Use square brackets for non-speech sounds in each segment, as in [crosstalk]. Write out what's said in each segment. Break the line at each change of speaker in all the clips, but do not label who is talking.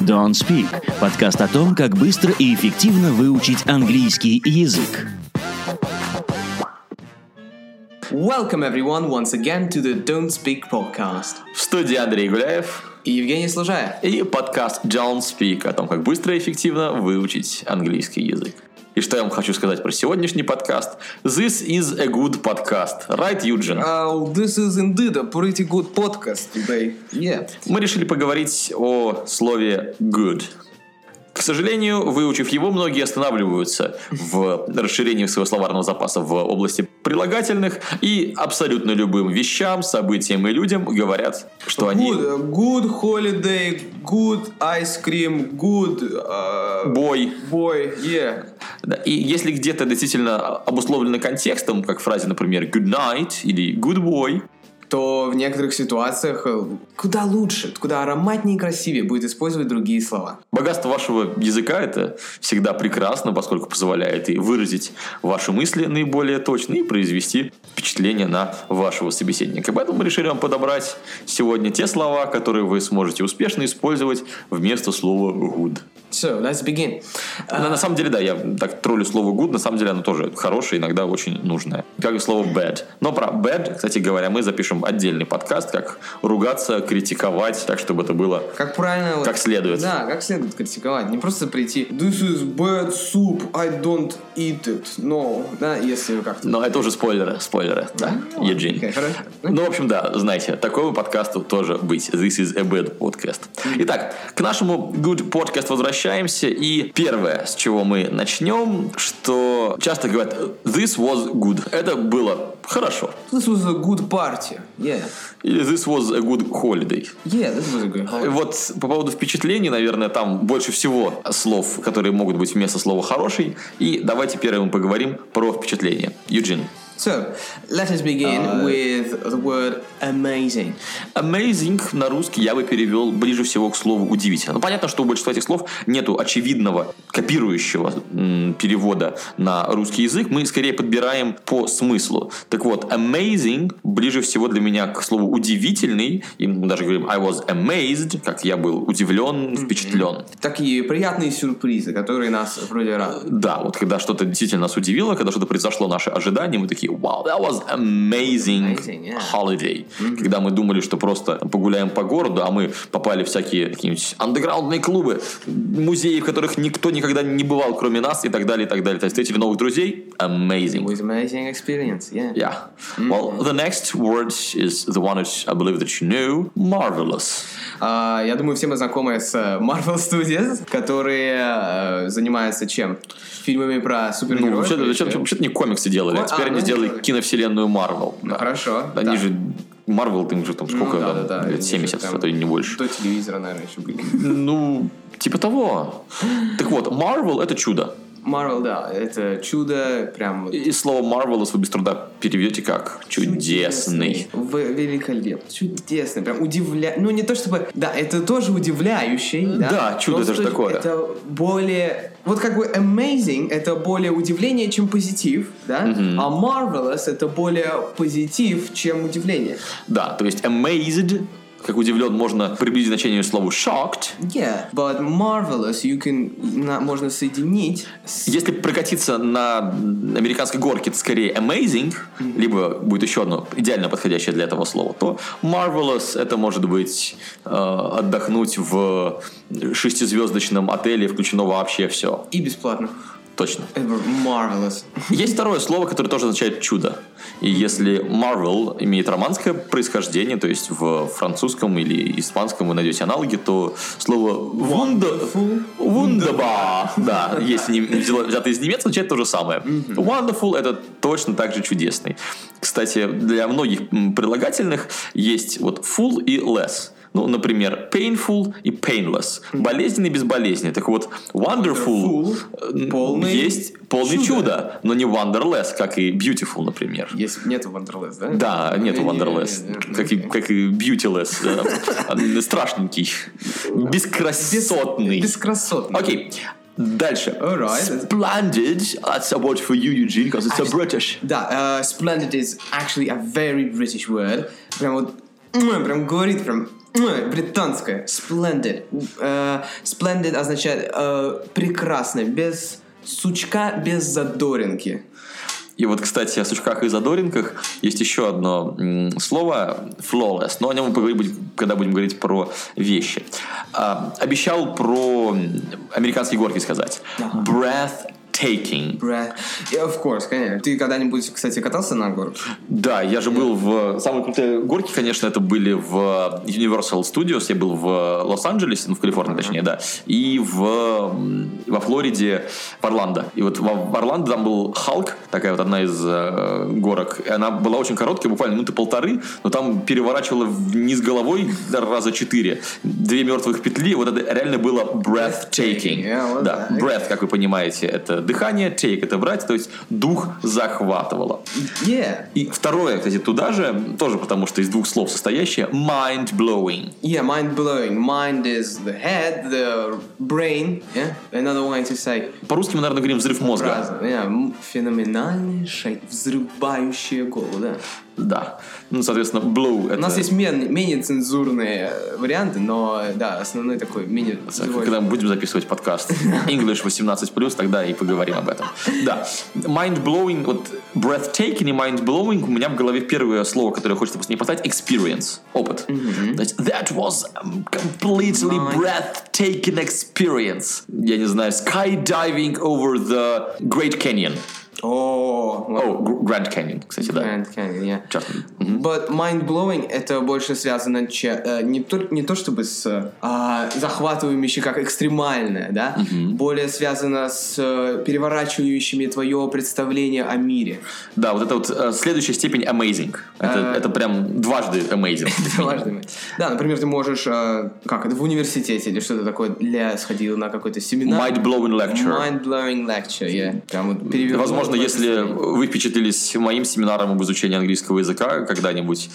Don't Speak – подкаст о том, как быстро и эффективно выучить английский язык.
Welcome everyone once again to the Don't Speak podcast.
В студии Андрей Гуляев
И Евгений Служаев.
и подкаст Don't Speak о том, как быстро и эффективно выучить английский язык. И что я вам хочу сказать про сегодняшний подкаст? This is a good podcast, right, Юджин?
Oh, this is indeed a pretty good podcast today. Yeah.
Мы решили поговорить о слове good. К сожалению, выучив его, многие останавливаются в расширении своего словарного запаса в области прилагательных и абсолютно любым вещам, событиям и людям говорят, что они
Good, uh, good holiday, good ice cream, good uh,
бой,
boy, yeah.
Да, И если где-то действительно обусловлено контекстом, как в фразе, например, good night или good boy,
То в некоторых ситуациях э, куда лучше, куда ароматнее и красивее будет использовать другие слова.
богатство вашего языка это всегда прекрасно, поскольку позволяет и выразить ваши мысли наиболее точно и произвести впечатление на вашего собеседника. Поэтому мы решили вам подобрать сегодня те слова, которые вы сможете успешно использовать вместо слова good.
So, let's begin.
На, на самом деле, да, я так троллю слово good, на самом деле оно тоже хорошее, иногда очень нужное. Как и слово bad. Но про bad, кстати говоря, мы запишем отдельный подкаст, как ругаться, критиковать, так, чтобы это было...
Как правильно... вот-
Как следует.
Да, как следует критиковать. Не просто прийти This is bad soup, I don't eat it. No. Да, если как-то...
Но это уже спойлеры, спойлеры, да,
Ну,
Евгений.
окей, хорошо.
Ну, в общем, да, знаете, такому подкасту тоже быть. This is a bad podcast. Итак, к нашему good podcast возвращаемся. И первое, с чего мы начнем, что часто говорят, this was good. Это было хорошо.
This was a good party. Yeah.
Или this was a good holiday.
Yeah, this was a good party.
Вот по поводу впечатлений, наверное, там больше всего слов, которые могут быть вместо слова «хороший». И давайте первым поговорим про впечатление. Юджин.
So, let us begin
А,
with the word amazing.
Amazing на русский я бы перевел ближе всего к слову удивительно. Ну, понятно, что у большинства этих слов нету очевидного копирующего м, перевода на русский язык. Мы скорее подбираем по смыслу. Так вот, amazing ближе всего для меня к слову удивительный. И мы даже говорим I was amazed, как я был удивлен, впечатлен.
Такие приятные сюрпризы, которые нас вроде радуют.
Да, вот когда что-то действительно нас удивило, когда что-то произошло, наши ожидания, мы такие, wow, that was amazing,
Amazing, yeah.
holiday. Когда мы думали, что просто погуляем по городу, а мы попали в всякие какие-нибудь андеграундные клубы, музеи, в которых никто никогда не бывал, кроме нас, и так далее, и так далее. То есть встретили новых друзей,
It
amazing.
was amazing experience, yeah.
Yeah. Well, the next word is the one which I believe that you know, marvelous.
А, я думаю, все мы знакомы с э, Marvel Studios, которые э, занимаются чем? Фильмами про
Ну,
супергероев?
вообще-то
или
вообще-то-
что?
вообще-то не комиксы делали, а
Ой, а,
теперь они
ну,
делают
делали.
киновселенную Марвел.
Хорошо.
Они
да. Ну
же Марвел, ты же там сколько,
да,
там,
да, да,
лет
они же
70,
там-
а то и не больше.
[laughs] До телевизора, наверное, еще были.
Ну, типа того. Так вот, Marvel — это чудо.
Marvel, да, это чудо, прям вот
И и слово Marvelous вы без труда переведете как «чудесный».
В- великолепный. Чудесный. Прям удивля... Ну, не то чтобы... Да, это тоже удивляющий. Да,
Да, чудо
но
это же
что-
такое.
Это более... Вот как бы amazing — это более удивление, чем позитив, да? А marvelous — это более позитив, чем удивление.
Да, то есть amazed, как удивлен, можно приблизить значение слову shocked.
Yeah, but marvelous you can... на- можно соединить с...
Если прокатиться на американской горке, это скорее amazing, либо будет еще одно идеально подходящее для этого слово, то marvelous это может быть э, отдохнуть в шестизвездочном отеле, включено вообще все.
И бесплатно.
Точно.
Это Marvelous.
[laughs] Есть второе слово, которое тоже означает чудо. И если Marvel имеет романское происхождение, то есть в французском или испанском вы найдете аналоги, то слово «вунда-
Wonderful.
«вундаба», да, если не- взяло- взято из немецкого, означает то же самое. Wonderful – это точно так же чудесный. Кстати, для многих м, прилагательных есть вот full и less. Ну, например, painful и painless. Болезненный и безболезненный. Так вот, wonderful,
Wonderful,
э,
полный
есть полный
чудо.
чудо. [laughs] но не wanderless, как и beautiful, например.
Есть, нету Wonderless, да?
Да, нету
Не-не-не-не-не.
wanderless, как и, как и beautyless, э, страшненький, бескрасотный.
Бескрасотный.
Окей, дальше.
Alright. А,
Splendid, that's a word for you, Eugene, because it's a British.
Да, э, splendid is actually a very British word. Прям вот... м, м, прям говорит, прям м, британское. Splendid. Э, Splendid означает э, прекрасно, без сучка, без задоринки.
И вот, кстати, о сучках и задоринках есть еще одно м, слово flawless, но о нем мы поговорим, будь- когда будем говорить про вещи. А, обещал про м, американские горки сказать. Breathtaking.
Breath. Yeah, of course, конечно. Ты когда-нибудь, кстати, катался на горке?
Да, я же был в... Самые крутые горки, конечно, это были в Universal Studios. Я был в Лос-Анджелесе, ну, в Калифорнии, точнее, да. И в, м, во Флориде, в Орландо. И вот во- в Орландо там был Халк, такая вот одна из э, горок. И она была очень короткая, буквально минуты полторы, но там переворачивала вниз головой раза четыре. Две мертвых петли. Вот это реально было breathtaking.
Yeah, вот
да,
так.
breath, как вы понимаете, это дыхание, take это брать, то есть дух захватывало.
Yeah.
И второе, кстати, туда же, тоже потому что из двух слов состоящее, mind-blowing.
Yeah, mind blowing. Mind is the head, the brain. Yeah. Another one to say.
По-русски мы, наверное, говорим взрыв мозга.
Разум. Yeah. м, Феноменальный шаг, взрывающие голову, да.
Да. Ну, соответственно, blow это...
У нас есть мен- менее цензурные э, варианты, но да, основной такой менее
Когда
цензурный.
мы будем записывать
[laughs]
подкаст English 18+, тогда и поговорим об этом. Да. Mind-blowing, вот breathtaking и mind-blowing у меня в голове первое слово, которое хочется просто не поставить, experience, опыт. То есть that was a completely breathtaking experience. Я не знаю, skydiving over the Great Canyon.
О, вот.
О, Гр- Grand Canyon, кстати, да.
Grand Canyon, yeah.
Чёрт.
But mind-blowing это больше связано че- э, не, то, не то чтобы с э, а, захватывающей, как экстремальное, да, более связано с э, переворачивающими твое представление о мире.
Да, вот это вот э, следующая степень amazing. Это,
А.
это прям дважды amazing.
[laughs] Это важно. Да, например, ты можешь, э, как это, в университете или что-то такое, для сходил на какой-то семинар.
Mind-blowing lecture.
Mind-blowing lecture, yeah. Прям вот перевернул
Возможно,
твое
если
представление.
вы впечатлились моим семинаром об изучении английского языка когда-нибудь,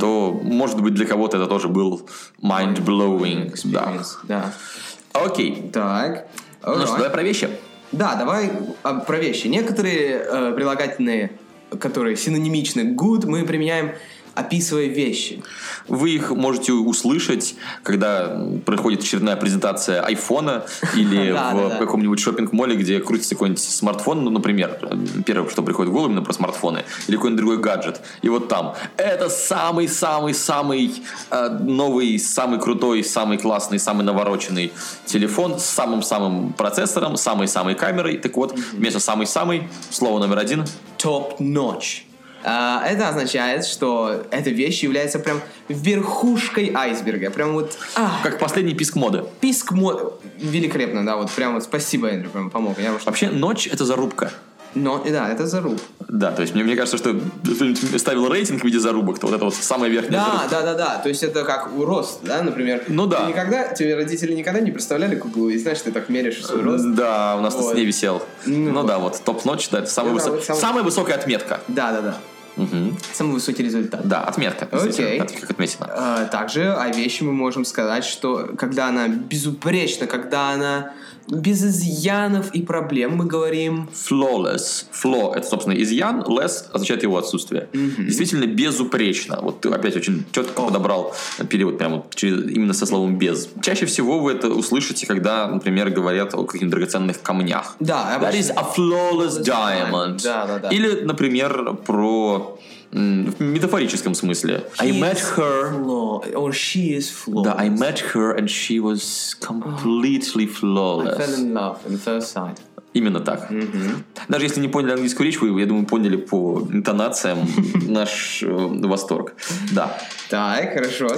то, может быть, для кого-то это тоже был mind-blowing. Да.
Experience, Да.
Окей.
Так.
Ну что,
Alright.
давай про вещи.
Да, давай а, про вещи. Некоторые э, прилагательные, которые синонимичны good, мы применяем описывая вещи.
Вы их можете услышать, когда проходит очередная презентация айфона или
[laughs] Да, да, да.
в каком-нибудь шопинг-моле, где крутится какой-нибудь смартфон, ну, например, первое, что приходит в голову, именно про смартфоны, или какой-нибудь другой гаджет. И вот там. Это самый-самый-самый э, новый, самый крутой, самый классный, самый навороченный телефон с самым-самым процессором, самой-самой камерой. Так вот, вместо самый-самый, слово номер один,
Top notch. А, это означает, что эта вещь является прям верхушкой айсберга. Прям вот а,
как последний писк моды.
писк мо- Великолепно, да, вот прям вот спасибо, Эндрю, прям помог. Я уж-
Вообще, ночь — это зарубка.
Но, да, это заруб.
Да, то есть мне, мне кажется, что кто-нибудь ставил рейтинг в виде зарубок, то вот это вот самая верхняя
Да,
зарубка.
да, да, да. То есть это как рост, да, например.
Ну да.
Ты никогда, тебе родители никогда не представляли куклу, и знаешь, ты так меряешь свой рост.
Да, у нас
Вот.
тут с ней висел.
Ну
Ну,
вот.
да, вот топ-ночь, да, это самая,
Ну да,
высо-
вот самый-
самая высокая отметка.
Да, да, да.
Мгм.
Самый высокий результат.
Да, отметка.
Окей.
действительно, от- как отметина.
Э, Также о вещи мы можем сказать, что когда она безупречна, когда она без изъянов и проблем, мы говорим
Flawless. Flaw — это, собственно, изъян, less означает его отсутствие. Действительно, безупречно. Вот ты опять очень четко подобрал период прямо вот через- именно со словом «без». Чаще всего вы это услышите, когда, например, говорят о каких-нибудь драгоценных камнях.
Да,
That
обычно-
is a flawless diamond.
Да, да, да.
Или, например, про м, в метафорическом смысле. I
He
met
is
her.
flaw- or she is flawed.
Да, I met her and she was
Oh. I
completely
fell
flawless.
in love Mm-hmm. in first sight.
Именно так. Даже если не поняли английскую речь, вы, я думаю, поняли по
[laughs]
интонациям наш э, восторг. Да.
Так, хорошо.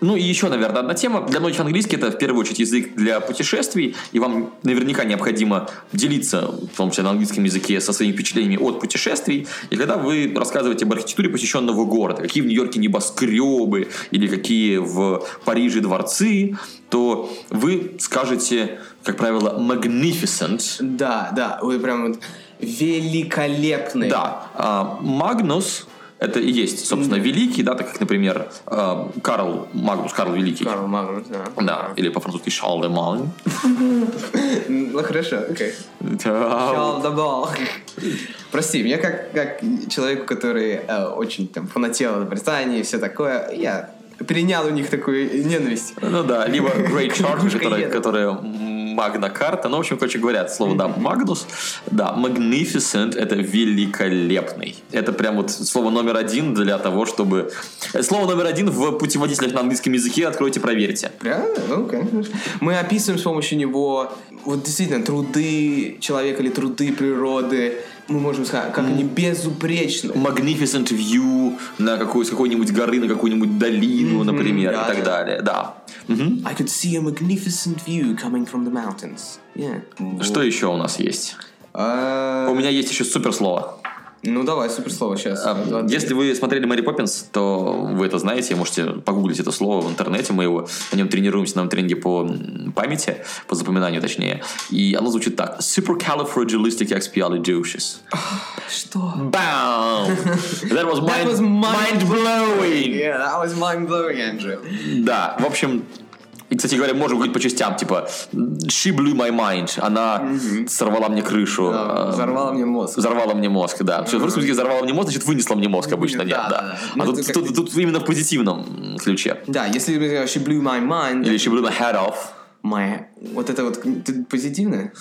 Ну и еще, наверное, одна тема. Для многих английский это в первую очередь язык для путешествий, и вам наверняка необходимо делиться, в том числе на английском языке, со своими впечатлениями от путешествий. И когда вы рассказываете об архитектуре посещенного города, какие в Нью-Йорке небоскребы или какие в Париже дворцы, то вы скажете, как правило, magnificent.
Да, да, вы прям вот великолепный.
Да, а, Магнус это и есть, собственно, великий, да, так как, например, а, Карл Магнус, Карл Великий.
Карл Магнус, да.
Да, или по-французски Шарлеман.
Ну хорошо, окей. Чал, да бал. Прости, мне как, как человеку, который э, очень там фанател в Британии и все такое, я перенял у них такую ненависть.
Ну да, либо Great Charter,
Кукушка
которая,
еду.
которая Магна Карта. Ну, в общем, короче говоря, слово, да, Магнус. Да, Magnificent — это великолепный. Это прям вот слово номер один для того, чтобы... э, Слово номер один в путеводителях на английском языке откройте, проверьте.
Правда? Ну, конечно. Мы описываем с помощью него вот действительно труды человека или труды природы. Мы можем сказать, как они безупречны.
Magnificent View на какую, с какой-нибудь горы, на какую-нибудь долину,
Мгм,
например,
да,
и так
да.
далее. Да. Мгм.
I could see a magnificent view coming from the mountains. Yeah.
Что еще у нас есть?
А,
У меня есть еще суперслово.
Ну давай, суперслово сейчас.
А, Если вы смотрели Мэри Поппинс, то вы это знаете, можете погуглить это слово в интернете, мы его на нем тренируемся, на тренинге по м, памяти, по запоминанию точнее, и оно звучит так. Supercalifragilisticexpialidocious.
Что?
Бам! That was
That
mind,
was mind-
blowing!
Yeah, that was mind-blowing, Andrew.
Да, в общем, и, кстати говоря, можем говорить по частям, типа «She blew my mind», она сорвала мне крышу.
Да,
э,
взорвала мне мозг.
Взорвала мне мозг, да. Все, в русском языке «взорвала мне мозг», значит, вынесла мне мозг обычно,
Да,
нет,
да, да.
да.
Ну,
А
это
тут,
как-
тут- тут именно в позитивном ключе.
Да, если бы я вообще blew my mind,
Или «She blew my head off».
my... Вот это вот ты позитивное?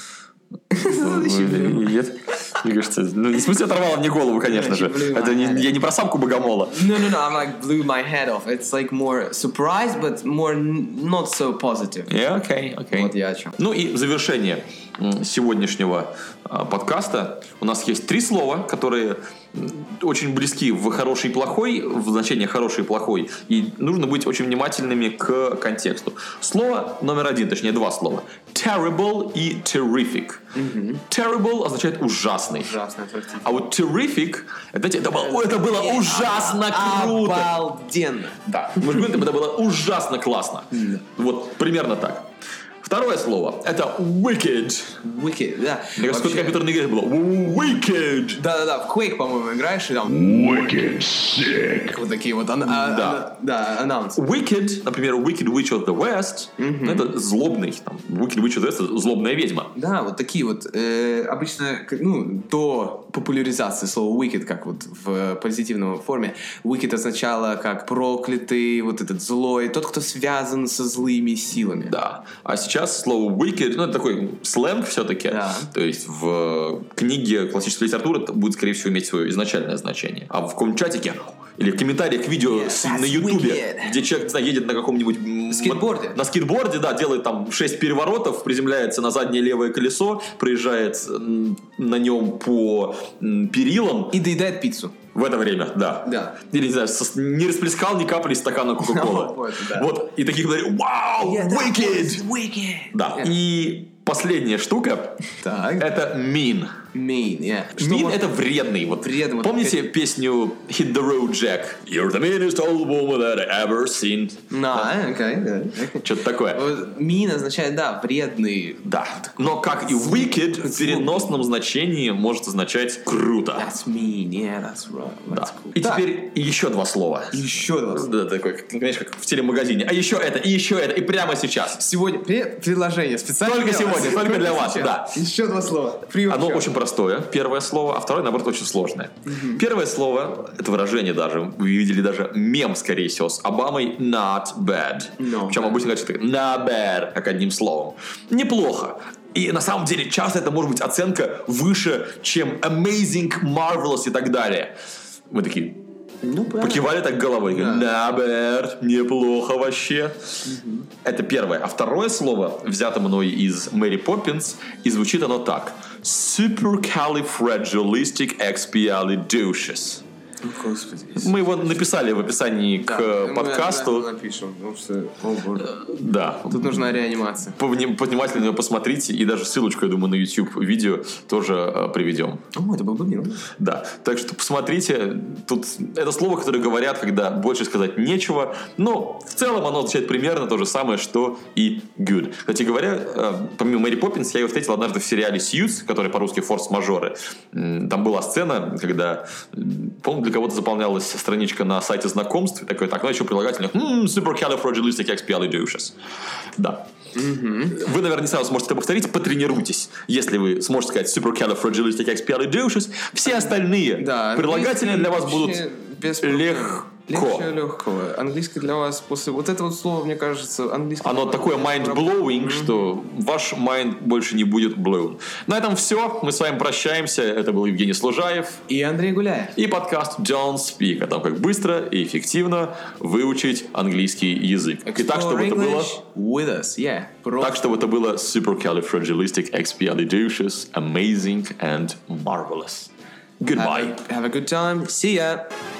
Ну,
Нет? Мне кажется, ну, не в смысле оторвала мне голову, конечно же.
She blew my
Это не-
head
я не про самку богомола.
No, no, no. I'm like blew my head off. It's like more surprise, but more n- not so positive.
Yeah, okay, okay.
Вот я о чем.
Ну и в завершение м, сегодняшнего а, подкаста у нас есть три слова, которые м, очень близки в хороший и плохой, в значение хороший и плохой, и нужно быть очень внимательными к контексту. Слово номер один, точнее два слова. Terrible и terrific. Terrible означает ужасный.
Ужасно отвратительно.
А вот terrific, это, знаете, это было, ой, это было ужасно
а,
круто.
Обалденно.
Да. Мы же говорим, это было ужасно классно. Вот примерно так. Второе слово это wicked.
Wicked, да.
Мне кажется,
Вообще.
сколько компьютерной игры было? Wicked!
Да-да-да, в Quake, по-моему, играешь, и там
Wicked sick.
вот такие вот ан- а-
Да.
ан- да, анонсы.
Wicked, например, Wicked Witch of the West, ну, это злобный, там, Wicked Witch of the West, это злобная ведьма.
Да, вот такие вот. э, обычно, к- ну, до популяризации слова wicked, как вот в э, позитивном форме, wicked означало как проклятый, вот этот злой, тот, кто связан со злыми силами.
Да. А сейчас слово wicked, ну, это такой сленг все-таки.
Да.
То есть в э, книге классической литературы это будет, скорее всего, иметь свое изначальное значение. А в каком чатике или в комментариях к видео
Yeah,
с-
that's
на Ютубе,
wicked.
где человек не знаю, едет на каком-нибудь... м,
Скейтборде.
На скейтборде, да, делает там 6 переворотов, приземляется на заднее левое колесо, проезжает м, на нем по м, перилам
И доедает пиццу.
в это время, да.
Да.
Или, не знаю, со- не расплескал ни капли из
[laughs]
стакана Кока-Колы.
Вот, да.
Вот, и таких говорят, вау, wicked! Да.
Yeah.
И последняя штука
Так.
это mean.
Mean, yeah. Что
mean
может-
это вредный. Вот.
Вредный, вот
Помните песню Hit the Road Jack? You're the meanest old woman that I ever seen.
На, окей, да.
Что-то такое.
Вот Mean означает, да, вредный.
Да. Но как и wicked в переносном значении может означать круто.
That's mean, yeah, that's right.
Да.
That's cool.
И
Так,
теперь еще два слова.
еще два. слова.
Да, такой, как, знаешь, как в телемагазине. А еще это, и еще это, и прямо сейчас.
Сегодня пре- предложение специально.
Только
для вас.
сегодня, только для вас, да.
Еще два слова. Приучаю.
Оно очень простое, первое слово, а второе, наоборот, очень сложное. Первое слово, это выражение даже, вы видели даже мем, скорее всего, с Обамой «not bad».
No
Причем
bad.
обычно говорят, что это «not bad», как одним словом. Неплохо. И на самом деле часто это может быть оценка выше, чем amazing, marvelous и так далее. Мы такие,
Ну, правильно.
Покивали так головой. говорят, «На, Берт, неплохо вообще. Это первое. А второе слово взято мной из Мэри Поппинс, и звучит оно так. Supercalifragilisticexpialidocious.
О, Господи.
Мы его написали в описании к
Да,
э,
мы
подкасту.
обязательно напишем, потому что, о боже.
Да.
Тут нужна реанимация.
Повни- Повнимательно его посмотрите, и даже ссылочку, я думаю, на YouTube видео тоже э, приведем.
О, это было бы мило.
Да, так что посмотрите, тут это слово, которое говорят, когда больше сказать нечего, но в целом оно означает примерно то же самое, что и good. Кстати говоря, э, помимо Мэри Поппинс, я ее встретил однажды в сериале Сьюз, который по-русски форс-мажоры. М, Там была сцена, когда, м, по-моему, для кого-то заполнялась страничка на сайте знакомств, и такое, так, ну еще прилагательных, supercalifragilisticexpialidocious. Да. Вы, наверное, не сразу сможете это повторить, потренируйтесь. Если вы сможете сказать supercalifragilisticexpialidocious, все остальные
Да. ну,
прилагательные для вас
Вообще
будут
Без проблем.
Легко.
Легче легкого. Английский для вас после... Вот это вот слово, мне кажется, английский...
Оно такое mind-blowing, что ваш mind больше не будет blown. На этом все. Мы с вами прощаемся. Это был Евгений Служаев
И Андрей Гуляев.
и подкаст Don't Speak о том, как быстро и эффективно выучить английский язык. И так, чтобы это было...
With us, yeah. Просто
Так, чтобы это было supercalifragilisticexpialidocious, amazing and marvelous. Goodbye.
Have a good time. See ya.